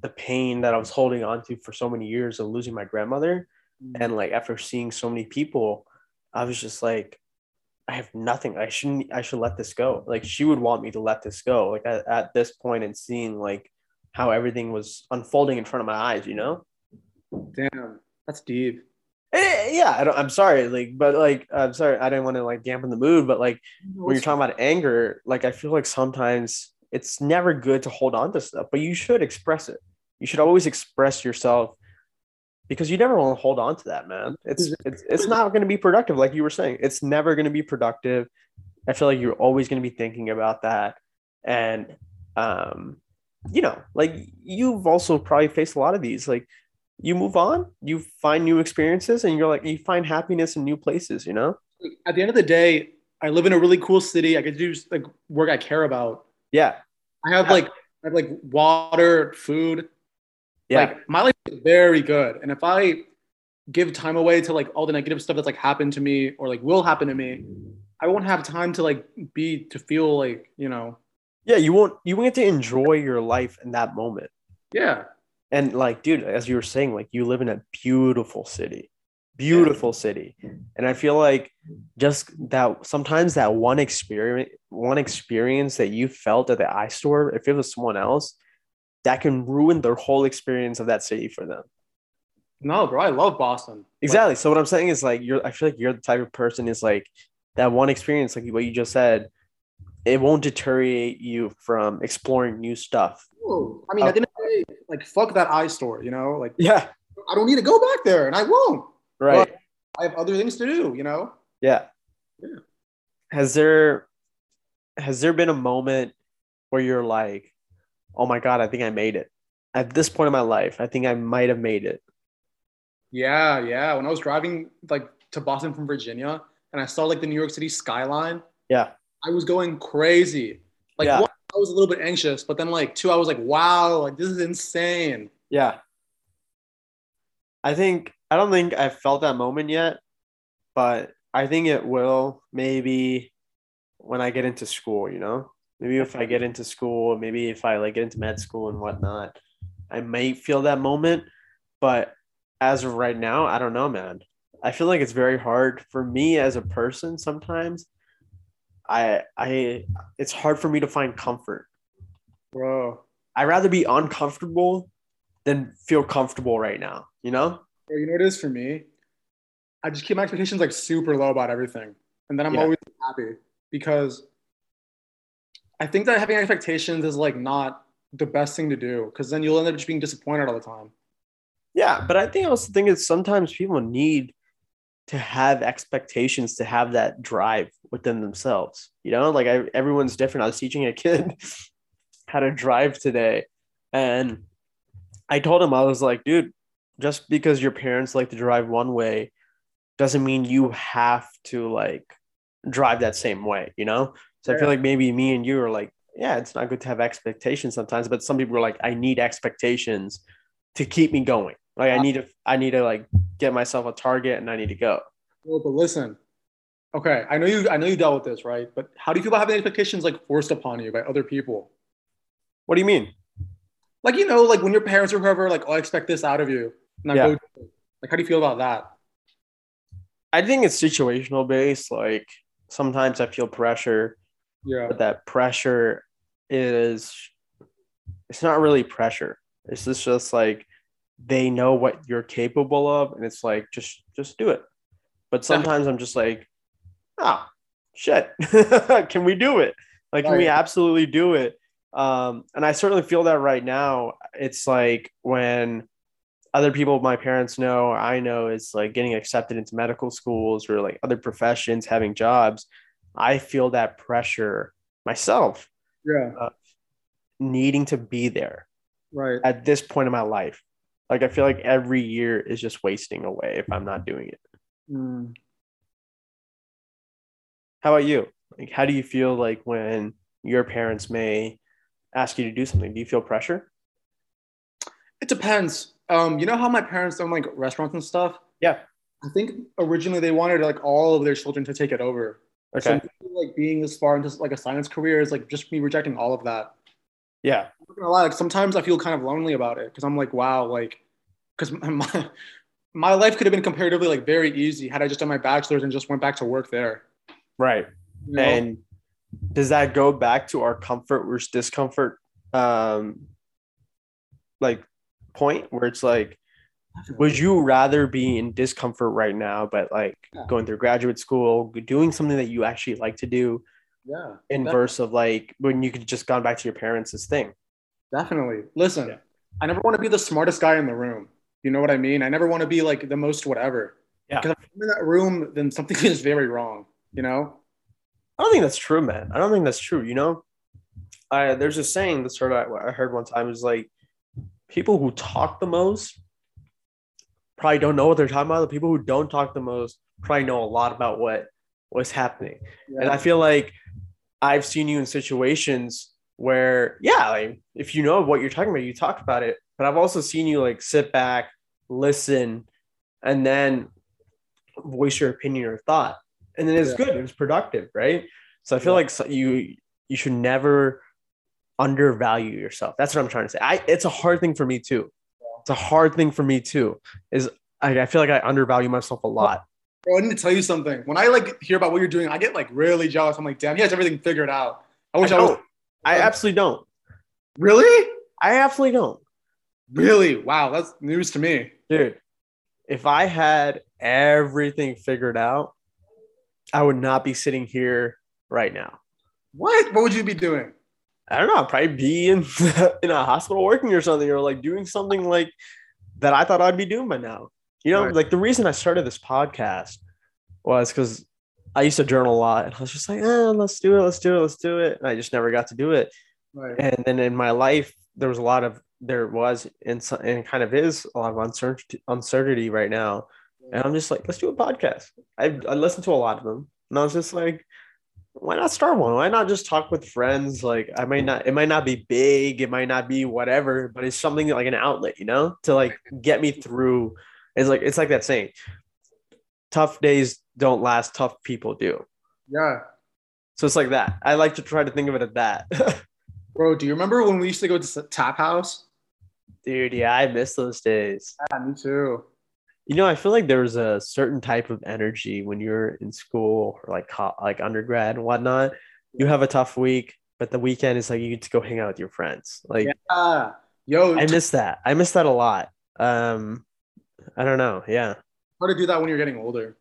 Speaker 1: the pain that i was holding on to for so many years of losing my grandmother and like after seeing so many people i was just like i have nothing i shouldn't i should let this go like she would want me to let this go like at, at this point and seeing like how everything was unfolding in front of my eyes you know
Speaker 2: damn, that's deep.
Speaker 1: Eh, yeah I don't, i'm sorry like but like i'm sorry i didn't want to like dampen the mood but like when you're talking about anger, like I feel like sometimes it's never good to hold on to stuff, but you should express it. You should always express yourself because you never want to hold on to that, man. It's it's it's not going to be productive, like you were saying. It's never going to be productive. I feel like you're always going to be thinking about that, and um, you know, like you've also probably faced a lot of these, like. You move on, you find new experiences, and you're like, you find happiness in new places, you know?
Speaker 2: at the end of the day, I live in a really cool city. I get to do like work I care about.
Speaker 1: Yeah.
Speaker 2: I have
Speaker 1: Yeah.
Speaker 2: like I have like water, food.
Speaker 1: Yeah.
Speaker 2: Like my life is very good. And if I give time away to like all the negative stuff that's like happened to me or like will happen to me, I won't have time to like be to feel like, you know,
Speaker 1: yeah you won't you won't get to enjoy your life in that moment
Speaker 2: yeah.
Speaker 1: and like dude as you were saying like you live in a beautiful city beautiful city and i feel like just that sometimes that one experience one experience that you felt at the i store if it was someone else that can ruin their whole experience of that city for them
Speaker 2: No, bro, I love Boston.
Speaker 1: Exactly. so what I'm saying is like you're I feel like you're the type of person is like that one experience, like what you just said, it won't deteriorate you from exploring new stuff.
Speaker 2: Like, ooh, I mean,
Speaker 1: Oh.
Speaker 2: at the end of the day, like fuck that eye store, you know? Like
Speaker 1: Yeah.
Speaker 2: I don't need to go back there and I won't.
Speaker 1: Right.
Speaker 2: But I have other things to do, you know?
Speaker 1: yeah.
Speaker 2: Yeah.
Speaker 1: Has there has there been a moment where you're like, oh my God, I think I made it. At this point in my life, I think I might have made it.
Speaker 2: Yeah, yeah. When I was driving like to Boston from Virginia and I saw like the New York City skyline,
Speaker 1: Yeah.
Speaker 2: I was going crazy. Like
Speaker 1: Yeah.
Speaker 2: one, I was a little bit anxious, but then like two, I was like, wow, like this is insane.
Speaker 1: Yeah. I think I don't think I've felt that moment yet, but I think it will maybe when I get into school, you know? Maybe if I get into school, maybe if I like get into med school and whatnot, I might feel that moment. But as of right now, I don't know, man. I feel like it's very hard for me as a person sometimes. I I it's hard for me to find comfort.
Speaker 2: Bro.
Speaker 1: I'd rather be uncomfortable than feel comfortable right now. You know?
Speaker 2: Bro, you know what it is for me? I just keep my expectations like super low about everything. And then I'm
Speaker 1: Yeah.
Speaker 2: always happy because I think that having expectations is like not the best thing to do because then you'll end up just being disappointed all the time.
Speaker 1: Yeah, but I think I also think is sometimes people need to have expectations to have that drive within themselves. You know, like I, everyone's different. I was teaching a kid how to drive today, and I told him I was like, dude, just because your parents like to drive one way doesn't mean you have to like drive that same way, you know? So I feel like maybe me and you are like, yeah, it's not good to have expectations sometimes, but some people are like, I need expectations to keep me going. Like I need to, I need to like get myself a target and I need to go.
Speaker 2: Well, but listen, okay, I know you, I know you dealt with this, right? But how do you feel about having expectations like forced upon you by other people?
Speaker 1: What do you mean?
Speaker 2: Like you know, like when your parents or whoever, like, oh, I expect this out of you, and I
Speaker 1: Yeah.
Speaker 2: go, do it. like, how do you feel about that?
Speaker 1: I think it's situational based. Like sometimes I feel pressure,
Speaker 2: Yeah,
Speaker 1: but that pressure is, it's not really pressure. It's just, just like they know what you're capable of, and it's like just just do it. But sometimes I'm just like, ah, shit, can we do it? Like, can we
Speaker 2: Right.
Speaker 1: absolutely do it? Um, and I certainly feel that right now. It's like when other people my parents know or i know is like getting accepted into medical schools or like other professions having jobs i feel that pressure myself
Speaker 2: yeah,
Speaker 1: needing to be there
Speaker 2: right.
Speaker 1: at this point in my life like i feel like every year is just wasting away if i'm not doing it
Speaker 2: Mm.
Speaker 1: how about you like how do you feel like when your parents may ask you to do something do you feel pressure
Speaker 2: It depends. Um, you know how my parents own like restaurants and stuff.
Speaker 1: Yeah.
Speaker 2: I think originally they wanted like all of their children to take it over. So
Speaker 1: okay
Speaker 2: maybe, like being this far into like a science career is like just me rejecting all of that.
Speaker 1: yeah
Speaker 2: I'm not gonna lie, like sometimes I feel kind of lonely about it because I'm like, wow, like, because my my life could have been comparatively like very easy had I just done my bachelor's and just went back to work there.
Speaker 1: right
Speaker 2: you know?
Speaker 1: and does that go back to our comfort versus discomfort um like point where it's like would you rather be in discomfort right now but like
Speaker 2: Yeah.
Speaker 1: going through graduate school doing something that you actually like to do
Speaker 2: yeah,
Speaker 1: in
Speaker 2: def-
Speaker 1: verse of like when you could just gone back to your parents' thing
Speaker 2: definitely. Listen,
Speaker 1: Yeah.
Speaker 2: I never want to be the smartest guy in the room. You know what I mean? I never want to be like the most whatever.
Speaker 1: Yeah.
Speaker 2: Because if I'm in that room, then something is very wrong. You know?
Speaker 1: I don't think that's true, man. I don't think that's true. You know, I there's a saying that's heard I, I heard one time is like people who talk the most probably don't know what they're talking about. The people who don't talk the most probably know a lot about what what's happening. And I feel like I've seen you in situations where, yeah, like if you know what you're talking about, you talk about it. But I've also seen you like sit back, listen, and then voice your opinion or thought. And then it's
Speaker 2: Yeah.
Speaker 1: good. It's productive, right? So I feel
Speaker 2: Yeah.
Speaker 1: like so- you you should never undervalue yourself. That's what I'm trying to say. I it's a hard thing for me too. It's a hard thing for me too. Is I, I feel like I undervalue myself a lot.
Speaker 2: Bro, I need to tell you something. When I like hear about what you're doing, I get like really jealous. I'm like, damn, he has everything figured out. I
Speaker 1: I
Speaker 2: wish I, was.
Speaker 1: don't. I absolutely don't.
Speaker 2: Really?
Speaker 1: I absolutely don't.
Speaker 2: Really? Wow, that's news to me.
Speaker 1: Dude, if I had everything figured out, I would not be sitting here right now.
Speaker 2: What? What would you be doing?
Speaker 1: I don't know, I'd probably be in in a hospital working or something, or like doing something like that I thought I'd be doing by now. You know,
Speaker 2: Right.
Speaker 1: like the reason I started this podcast was because I used to journal a lot and I was just like, eh, let's do it, let's do it, let's do it. And I just never got to do it.
Speaker 2: Right.
Speaker 1: and then in my life there was a lot of there was and so- and kind of is a lot of uncertainty uncertainty right now and i'm just like let's do a podcast i, I listened to a lot of them and i was just like why not start one why not just talk with friends like i might not it might not be big it might not be whatever but it's something like an outlet you know to like get me through it's like it's like that saying tough days don't last tough people do
Speaker 2: Yeah.
Speaker 1: so it's like that i like to try to think of it as that
Speaker 2: Bro, do you remember when we used to go to Tap House?
Speaker 1: dude yeah i miss those days
Speaker 2: Yeah, me too.
Speaker 1: You know, I feel like there was a certain type of energy when you're in school or like co- like undergrad and whatnot. You have a tough week, but the weekend is like you get to go hang out with your friends. Like
Speaker 2: Yeah. Yo,
Speaker 1: I
Speaker 2: I
Speaker 1: miss that. I miss that a lot. Um, I don't know. Yeah.
Speaker 2: try to do that when you're getting older.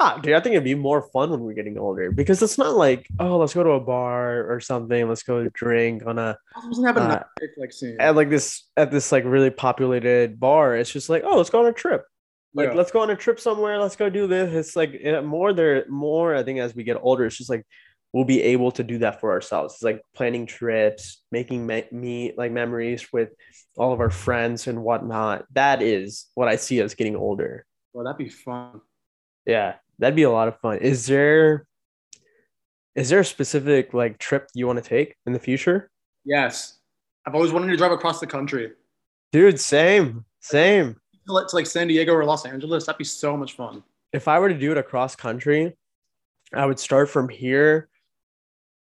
Speaker 1: Ah, dude, I think it'd be more fun when we're getting older because it's not like oh, let's go to a bar or something. Let's go drink on a
Speaker 2: I was not having
Speaker 1: Uh,
Speaker 2: a nightlife like scene.
Speaker 1: at like this at this like really populated bar. It's just like oh, let's go on a trip. like
Speaker 2: Yeah.
Speaker 1: let's go on a trip somewhere let's go do this it's like eh, more there more i think as we get older it's just like we'll be able to do that for ourselves it's like planning trips making me, me like memories with all of our friends and whatnot that is what i see as getting older
Speaker 2: Well, that'd be fun.
Speaker 1: Yeah, that'd be a lot of fun. Is there is there a specific like trip you want to take in the future?
Speaker 2: Yes. I've always wanted to drive across the country
Speaker 1: Dude, same, same.
Speaker 2: to like San Diego or Los Angeles. That'd be so much fun.
Speaker 1: If I were to do it across country, I would start from here,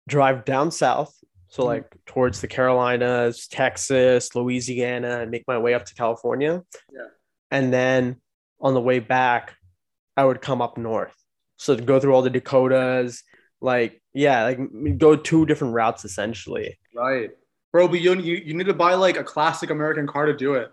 Speaker 1: drive down south, so
Speaker 2: Mhm.
Speaker 1: like towards the Carolinas, Texas, Louisiana, and make my way up to California.
Speaker 2: Yeah.
Speaker 1: And then on the way back, I would come up north. So to go through all the Dakotas, like yeah, like m- go two different routes essentially.
Speaker 2: Right. Bro, but you, you, you need to buy like a classic American car to do it.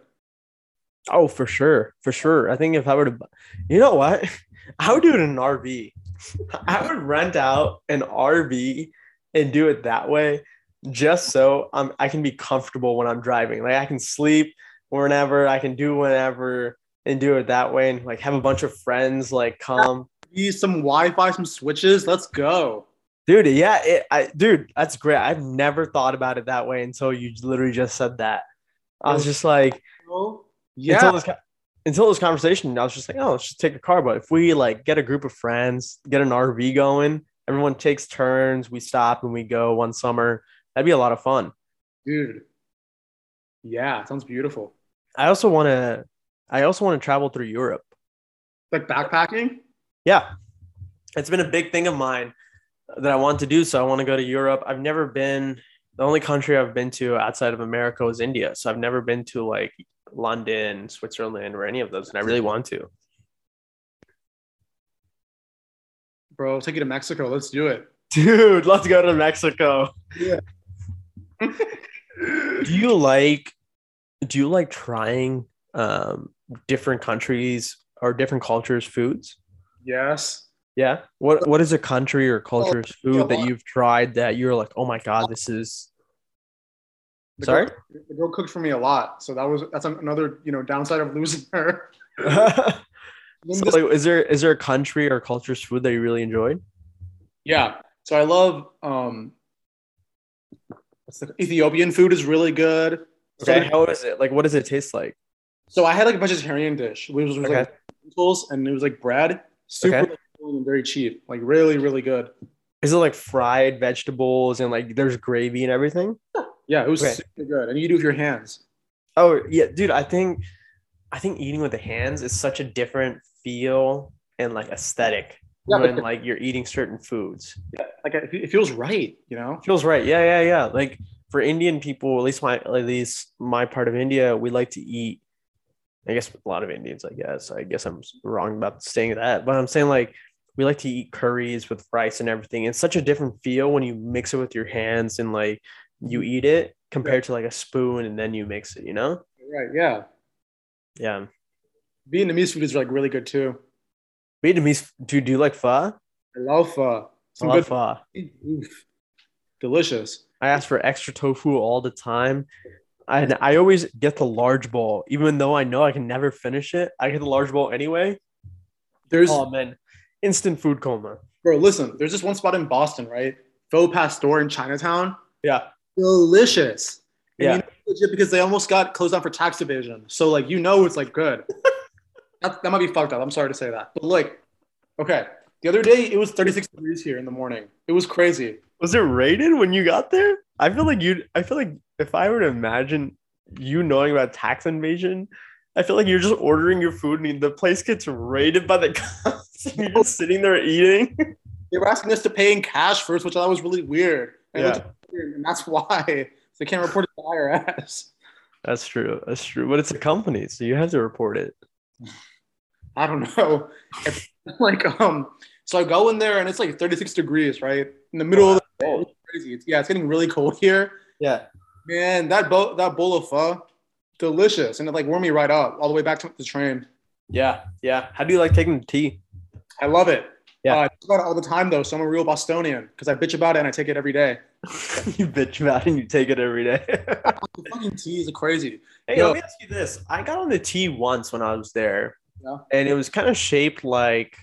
Speaker 1: Oh, for sure, for sure. I think if I were to, bu- you know what, I would do it in an RV. I would rent out an RV and do it that way, just so I'm I can be comfortable when I'm driving. Like I can sleep whenever, I can do whenever, and do it that way, and like have a bunch of friends like come.
Speaker 2: Need some Wi Fi, some switches. Let's go.
Speaker 1: Dude, yeah, it, I, dude, that's great. I've never thought about it that way until you literally just said that. I was just like,
Speaker 2: Oh,
Speaker 1: until
Speaker 2: yeah.
Speaker 1: this, co- until this conversation, I was just like, oh, let's just take a car. But if we like get a group of friends, get an RV going, everyone takes turns. We stop and we go one summer. That'd be a lot of fun.
Speaker 2: Dude. Yeah, sounds beautiful.
Speaker 1: I also want to, I also want to travel through Europe.
Speaker 2: Like backpacking?
Speaker 1: Yeah, it's been a big thing of mine that I want to do. So I want to go to Europe. I've never been. The only country I've been to outside of America is India. So I've never been to like London, Switzerland, or any of those, and I really want to.
Speaker 2: Bro, take you to Mexico. Let's do it.
Speaker 1: Dude, let's go to Mexico.
Speaker 2: Yeah.
Speaker 1: do you like do you like trying um different countries or different cultures foods?
Speaker 2: Yes.
Speaker 1: Yeah. What what is a country or culture's
Speaker 2: Oh, yeah,
Speaker 1: food that
Speaker 2: why-
Speaker 1: you've tried that you're like, "Oh my god, this is
Speaker 2: The
Speaker 1: Sorry?
Speaker 2: Girl, the girl cooked for me a lot, so that was that's another you know downside of losing her.
Speaker 1: So,
Speaker 2: Then this-
Speaker 1: like, is there is there a country or culture's food that you really enjoyed?
Speaker 2: yeah, so I love um, what's the, Ethiopian food is really good. So,
Speaker 1: Okay. How is it? Like what does it taste like?
Speaker 2: so I had like a vegetarian dish, which was, was,
Speaker 1: Okay.
Speaker 2: like lentils and it was like bread, super
Speaker 1: Okay.
Speaker 2: low and very cheap, like really really good.
Speaker 1: Is it like fried vegetables and like there's gravy and everything?
Speaker 2: Yeah, it was
Speaker 1: Okay.
Speaker 2: super good, and you do it with your hands.
Speaker 1: Oh yeah, dude. I think I think eating with the hands is such a different feel and like aesthetic
Speaker 2: Yeah,
Speaker 1: when
Speaker 2: but-
Speaker 1: like you're eating certain foods.
Speaker 2: Like it, it feels right, you know.
Speaker 1: Feels right. Yeah, yeah, yeah. Like for Indian people, at least my at least my part of India, we like to eat. I guess a lot of Indians. I guess. I guess I'm wrong about saying that, but I'm saying like we like to eat curries with rice and everything. It's such a different feel when you mix it with your hands and like you eat it compared to like a spoon and then you mix it. You know?
Speaker 2: Right? Yeah.
Speaker 1: Yeah.
Speaker 2: Vietnamese food is like really good too.
Speaker 1: Vietnamese, dude, do you like pho?
Speaker 2: I love uh,
Speaker 1: I
Speaker 2: some
Speaker 1: love
Speaker 2: good
Speaker 1: pho.
Speaker 2: Oof. Delicious.
Speaker 1: I ask for extra tofu all the time. And I always get the large bowl, even though I know I can never finish it. I get the large bowl anyway.
Speaker 2: There's
Speaker 1: Oh, man. Instant food coma.
Speaker 2: bro, listen, there's this one spot in Boston, right? Faux Pastor in Chinatown.
Speaker 1: Yeah.
Speaker 2: Delicious. And
Speaker 1: Yeah.
Speaker 2: you know it's legit because they almost got closed down for tax evasion. So like you know it's like good. that, that might be fucked up. I'm sorry to say that. But like, okay. The other day it was 36 degrees here in the morning. It was crazy.
Speaker 1: Was it rated when you got there? I feel like you, I feel like if I were to imagine you knowing about tax invasion, I feel like you're just ordering your food and the place gets raided by the cops and you're just sitting there eating.
Speaker 2: They were asking us to pay in cash first, which I thought was really weird. And, it
Speaker 1: Yeah.
Speaker 2: looked weird, and that's why they can't report it to the IRS.
Speaker 1: That's true. That's true. But it's a company, so you have to report it.
Speaker 2: I don't know. It's like um, so I go in there and it's like 36 degrees, right? In the middle of the day. It's crazy. It's, yeah, it's getting really cold here.
Speaker 1: Yeah.
Speaker 2: Man, that bowl that bowl of pho, delicious. And it like warmed me right up all the way back to the train.
Speaker 1: Yeah. Yeah. How do you like taking the tea?
Speaker 2: I love it.
Speaker 1: Yeah.
Speaker 2: Uh, I talk about it all the time though, so I'm a real Bostonian because I bitch about it and I take it every day.
Speaker 1: you bitch about it and you take it every day.
Speaker 2: The fucking tea is crazy.
Speaker 1: hey,
Speaker 2: Yo.
Speaker 1: let me ask you this. I got on the T once when I was there,
Speaker 2: Yeah.
Speaker 1: and it was kind of shaped like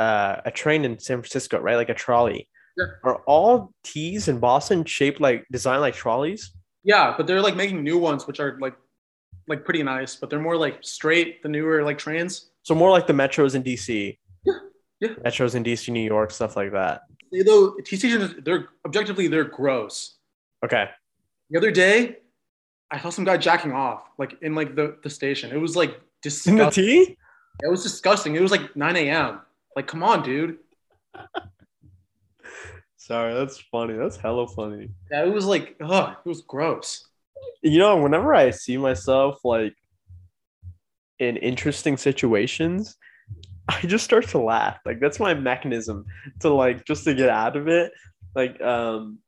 Speaker 1: uh, a train in San Francisco, right? Like a trolley.
Speaker 2: Yeah.
Speaker 1: Are all T's in Boston shaped like designed like trolleys?
Speaker 2: Yeah, but they're like making new ones which are like like pretty nice, but they're more like straight, the newer like trains.
Speaker 1: So more like the metros in DC.
Speaker 2: Yeah, yeah.
Speaker 1: Metros in DC, New York, stuff like that.
Speaker 2: You know, T stations, they're objectively, they're gross.
Speaker 1: Okay.
Speaker 2: The other day, I saw some guy jacking off, like in like the, the station. It was like
Speaker 1: In the
Speaker 2: disgusting.
Speaker 1: T?
Speaker 2: It was disgusting. It was like 9 a.m. Like, come on, dude.
Speaker 1: Sorry, that's funny. That's hella funny.
Speaker 2: Yeah, it was like, ugh, it was gross.
Speaker 1: You know, whenever I see myself like in interesting situations, I just start to laugh. Like that's my mechanism to like just to get out of it. Like um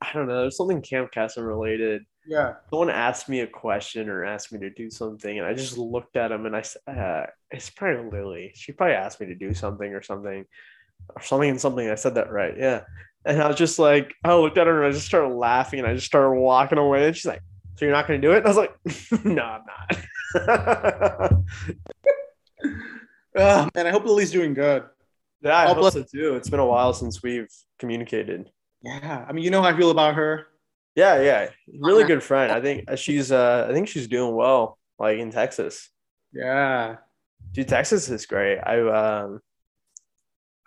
Speaker 1: I don't know, there's something Camcastle related
Speaker 2: Yeah.
Speaker 1: someone asked me a question or asked me to do something and i just looked at him and i s- uh, it's probably lily she probably asked me to do something or something or something and something i said that right yeah and i was just like i looked at her and i just started laughing and i just started walking away and she's like so you're not going to do it and i was like no i'm not
Speaker 2: Ugh, man, I hope Lily's doing good.
Speaker 1: yeah i
Speaker 2: Oh,
Speaker 1: hope
Speaker 2: bless-
Speaker 1: so too it's been a while since we've communicated
Speaker 2: Yeah. I mean, you know how I feel about her.
Speaker 1: yeah yeah really
Speaker 2: Okay.
Speaker 1: good friend i think uh, she's uh i think she's doing well like in texas
Speaker 2: Yeah.
Speaker 1: Dude, Texas is great. I um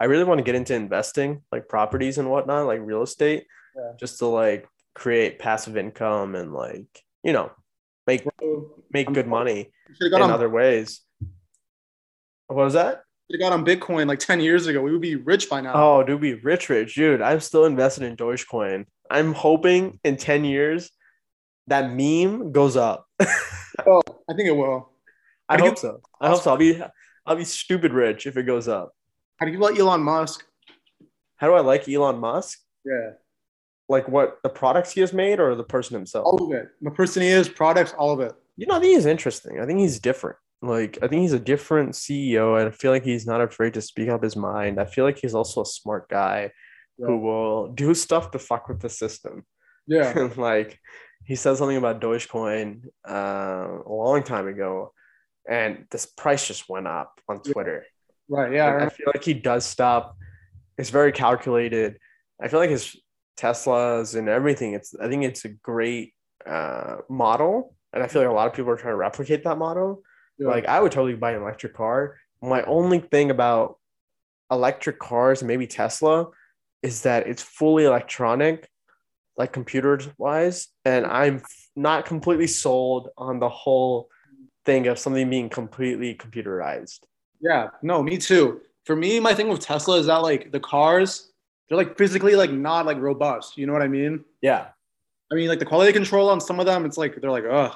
Speaker 1: I really want to get into investing, like properties and whatnot, like real estate,
Speaker 2: Yeah.
Speaker 1: just to like create passive income and like, you know, make
Speaker 2: Bro,
Speaker 1: make
Speaker 2: I'm-
Speaker 1: good money
Speaker 2: should have
Speaker 1: in
Speaker 2: got, on-
Speaker 1: other ways. What was that?
Speaker 2: shoulda got on Bitcoin like 10 years ago. We would be rich by now.
Speaker 1: Oh, dude, we rich, rich, dude. I'm still invested in Dogecoin. I'm hoping in 10 years that meme goes up.
Speaker 2: Oh, I think it will.
Speaker 1: I
Speaker 2: How do you-
Speaker 1: hope so. I hope so. I'll be I'll be stupid rich if it goes up.
Speaker 2: How do you feel about Elon Musk?
Speaker 1: How do I like Elon Musk?
Speaker 2: Yeah.
Speaker 1: like what the products he has made or the person himself.
Speaker 2: All of it. The person he is, products, all of it.
Speaker 1: You know, I think he's interesting. I think he's different. Like I think he's a different CEO, and I feel like he's not afraid to speak up his mind. I feel like he's also a smart guy who will do stuff to fuck with the system.
Speaker 2: Yeah.
Speaker 1: like he said something about Dogecoin uh, a long time ago, and this price just went up on
Speaker 2: Yeah.
Speaker 1: Twitter.
Speaker 2: right. Yeah. I
Speaker 1: Like, I
Speaker 2: remember.
Speaker 1: feel like he does stuff. It's very calculated. I feel like his Teslas and everything. It's I think it's a great uh, model, and I feel like a lot of people are trying to replicate that model.
Speaker 2: Yeah.
Speaker 1: Like I would totally buy an electric car. My only thing about electric cars, maybe Tesla, is that it's fully electronic, like computer wise, and I'm not completely sold on the whole thing of something being completely computerized.
Speaker 2: Yeah, no, me too. For me, my thing with Tesla is that like the cars, they're like physically like not like robust. You know what I mean?
Speaker 1: Yeah.
Speaker 2: I mean like the quality control on some of them, it's like they're like ugh.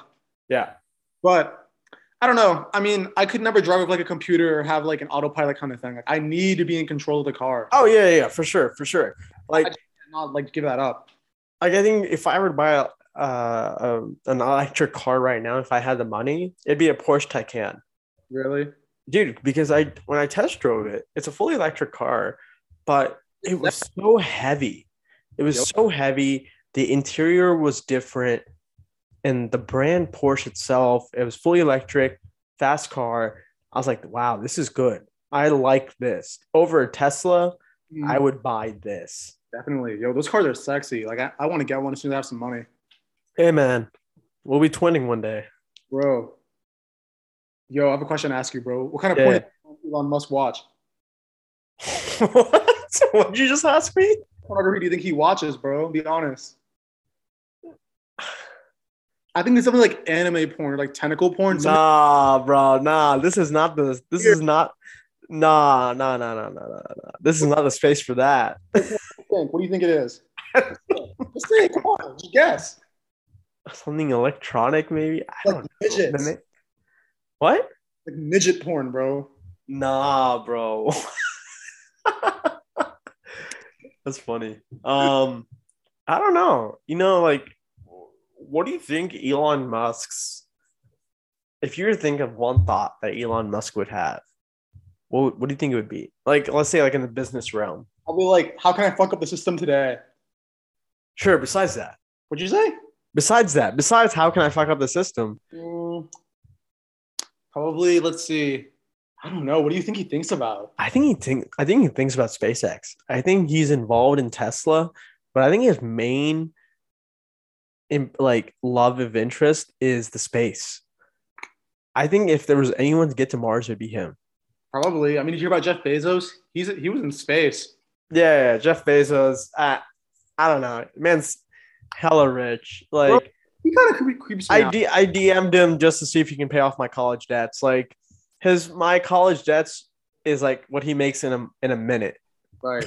Speaker 1: Yeah.
Speaker 2: But I don't know. I mean, I could never drive with like a computer or have like an autopilot kind of thing. Like I need to be in control of the car.
Speaker 1: Oh yeah, yeah, yeah, for sure, for sure. Like,
Speaker 2: and not like give that up.
Speaker 1: like I think if I were to buy a, uh, um, an electric car right now, if I had the money, it'd be a Porsche Taycan,
Speaker 2: Really?
Speaker 1: dude. Because I when I test drove it, it's a fully electric car, but it was so heavy. It was
Speaker 2: Yep.
Speaker 1: so heavy. The interior was different, and the brand Porsche itself, it was fully electric, fast car. I was like, wow, this is good. I like this over a Tesla. I would buy this.
Speaker 2: definitely. Yo, those cars are sexy. Like I, I want to get one as soon as I have some money.
Speaker 1: Hey man, we'll be twinning one day.
Speaker 2: Bro. Yo, I have a question to ask you, bro. What kind of
Speaker 1: Yeah.
Speaker 2: point Elon Musk watch?
Speaker 1: what? What'd you just ask me?
Speaker 2: pornography do you think he watches, bro? Be honest. I think it's something like anime porn, or like tentacle porn. something-
Speaker 1: Nah, bro, nah. This is not the. This is not. Nah, nah, nah, nah, nah, nah, nah, nah. This is not the space for that.
Speaker 2: What do you think it is? Just say, it, come on, just guess.
Speaker 1: Something electronic, maybe. I
Speaker 2: Like
Speaker 1: don't know.
Speaker 2: midgets.
Speaker 1: The ma- What?
Speaker 2: Like midget porn, bro.
Speaker 1: Nah, bro. That's funny. Um, I don't know. You know, like, what do you think Elon Musk's? If you were to think of one thought that Elon Musk would have, what what do you think it would be? Like, let's say, like in the business realm.
Speaker 2: I'll be like, how can I fuck up the system today?
Speaker 1: Sure. Besides that,
Speaker 2: What'd you say?
Speaker 1: besides that, besides how can I fuck up the system?
Speaker 2: Mm, probably, let's see. I don't know. What do you think he thinks about?
Speaker 1: I think he think I think he thinks about SpaceX. I think he's involved in Tesla, but I think his main in, like love of interest is the space. I think if there was anyone to get to Mars, it'd be him.
Speaker 2: Probably. I mean, did you hear about Jeff Bezos? He's he was in space.
Speaker 1: Yeah, yeah, Jeff Bezos. I, I don't know. Man's hella rich. Like
Speaker 2: He kind of creep, creeps me
Speaker 1: I
Speaker 2: out.
Speaker 1: D- I DM'd him just to see if he can pay off my college debts. Like his my college debts is like what he makes in a in a minute.
Speaker 2: Right.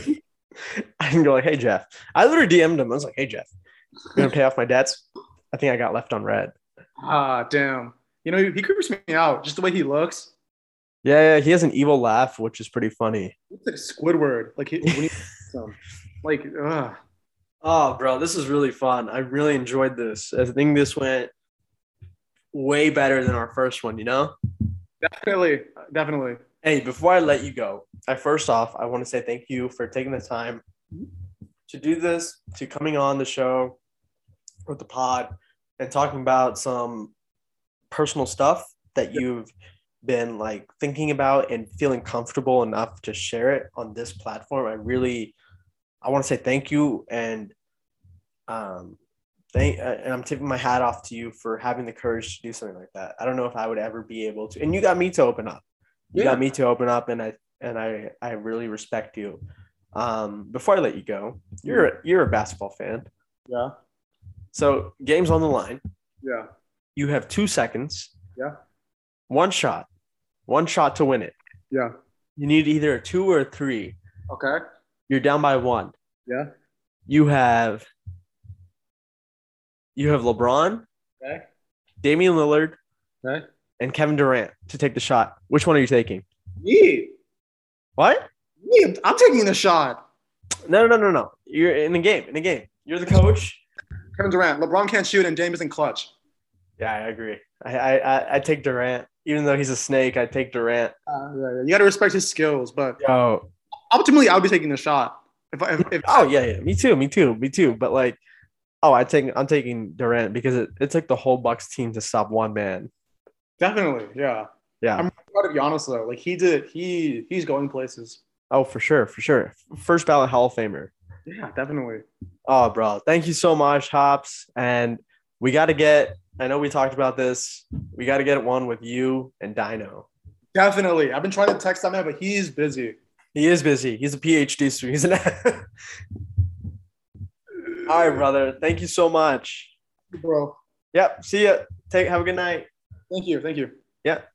Speaker 1: I can go like, hey Jeff. I literally DM'd him. I was like, hey Jeff, you gonna pay off my debts? I think I got left on red.
Speaker 2: ah, damn. You know, he, he creeps me out just the way he looks.
Speaker 1: Yeah, yeah, he has an evil laugh, which is pretty funny.
Speaker 2: It's like Squidward. Like he, when he um, like ugh.
Speaker 1: Oh, bro, this is really fun. I really enjoyed this. I think this went way better than our first one, you know?
Speaker 2: definitely, definitely.
Speaker 1: Hey, before I let you go, I first off, I want to say thank you for taking the time to do this, to coming on the show with the pod and talking about some personal stuff that you've been like thinking about and feeling comfortable enough to share it on this platform. I really I want to say thank you and um thank and I'm tipping my hat off to you for having the courage to do something like that. I don't know if I would ever be able to. And you got me to open up you
Speaker 2: Yeah.
Speaker 1: got me to open up and i and i i really respect you um before i let you go you're you're a basketball fan
Speaker 2: Yeah.
Speaker 1: so games on the line
Speaker 2: Yeah.
Speaker 1: you have two seconds
Speaker 2: Yeah.
Speaker 1: one shot one shot to win it
Speaker 2: Yeah.
Speaker 1: you need either a two or a three
Speaker 2: Okay.
Speaker 1: you're down by one
Speaker 2: Yeah.
Speaker 1: you have you have lebron
Speaker 2: Okay.
Speaker 1: damian lillard
Speaker 2: Okay.
Speaker 1: and kevin durant to take the shot which one are you taking
Speaker 2: Me.
Speaker 1: what
Speaker 2: Me. I'm taking the shot.
Speaker 1: no no no no you're in the game in the game you're the coach
Speaker 2: Kevin Durant. LeBron can't shoot and James isn't clutch.
Speaker 1: Yeah, I agree. I, I I- I take Durant, even though he's a snake. I take Durant.
Speaker 2: Uh, yeah, yeah. You got to respect his skills, but
Speaker 1: Oh,
Speaker 2: ultimately, I would be taking the shot. If, I, if, if
Speaker 1: oh yeah, yeah. Me too. Me too. Me too. But like, oh, I take I'm taking Durant because it, it took the whole Bucks team to stop one man.
Speaker 2: definitely, yeah.
Speaker 1: Yeah.
Speaker 2: I'm proud of Giannis though. Like he did, he he's going places.
Speaker 1: oh, for sure, for sure. First ballot Hall of Famer.
Speaker 2: Yeah, definitely.
Speaker 1: Oh, bro, thank you so much, Hops. And we got to get. I know we talked about this. We got to get one with you and Dino.
Speaker 2: Definitely. I've been trying to text that man, but he's busy.
Speaker 1: He is busy. He's a PhD student. He's an. All right, brother. Thank you so much.
Speaker 2: bro.
Speaker 1: Yep. See ya. Take have a good night.
Speaker 2: Thank you. Thank you.
Speaker 1: Yep.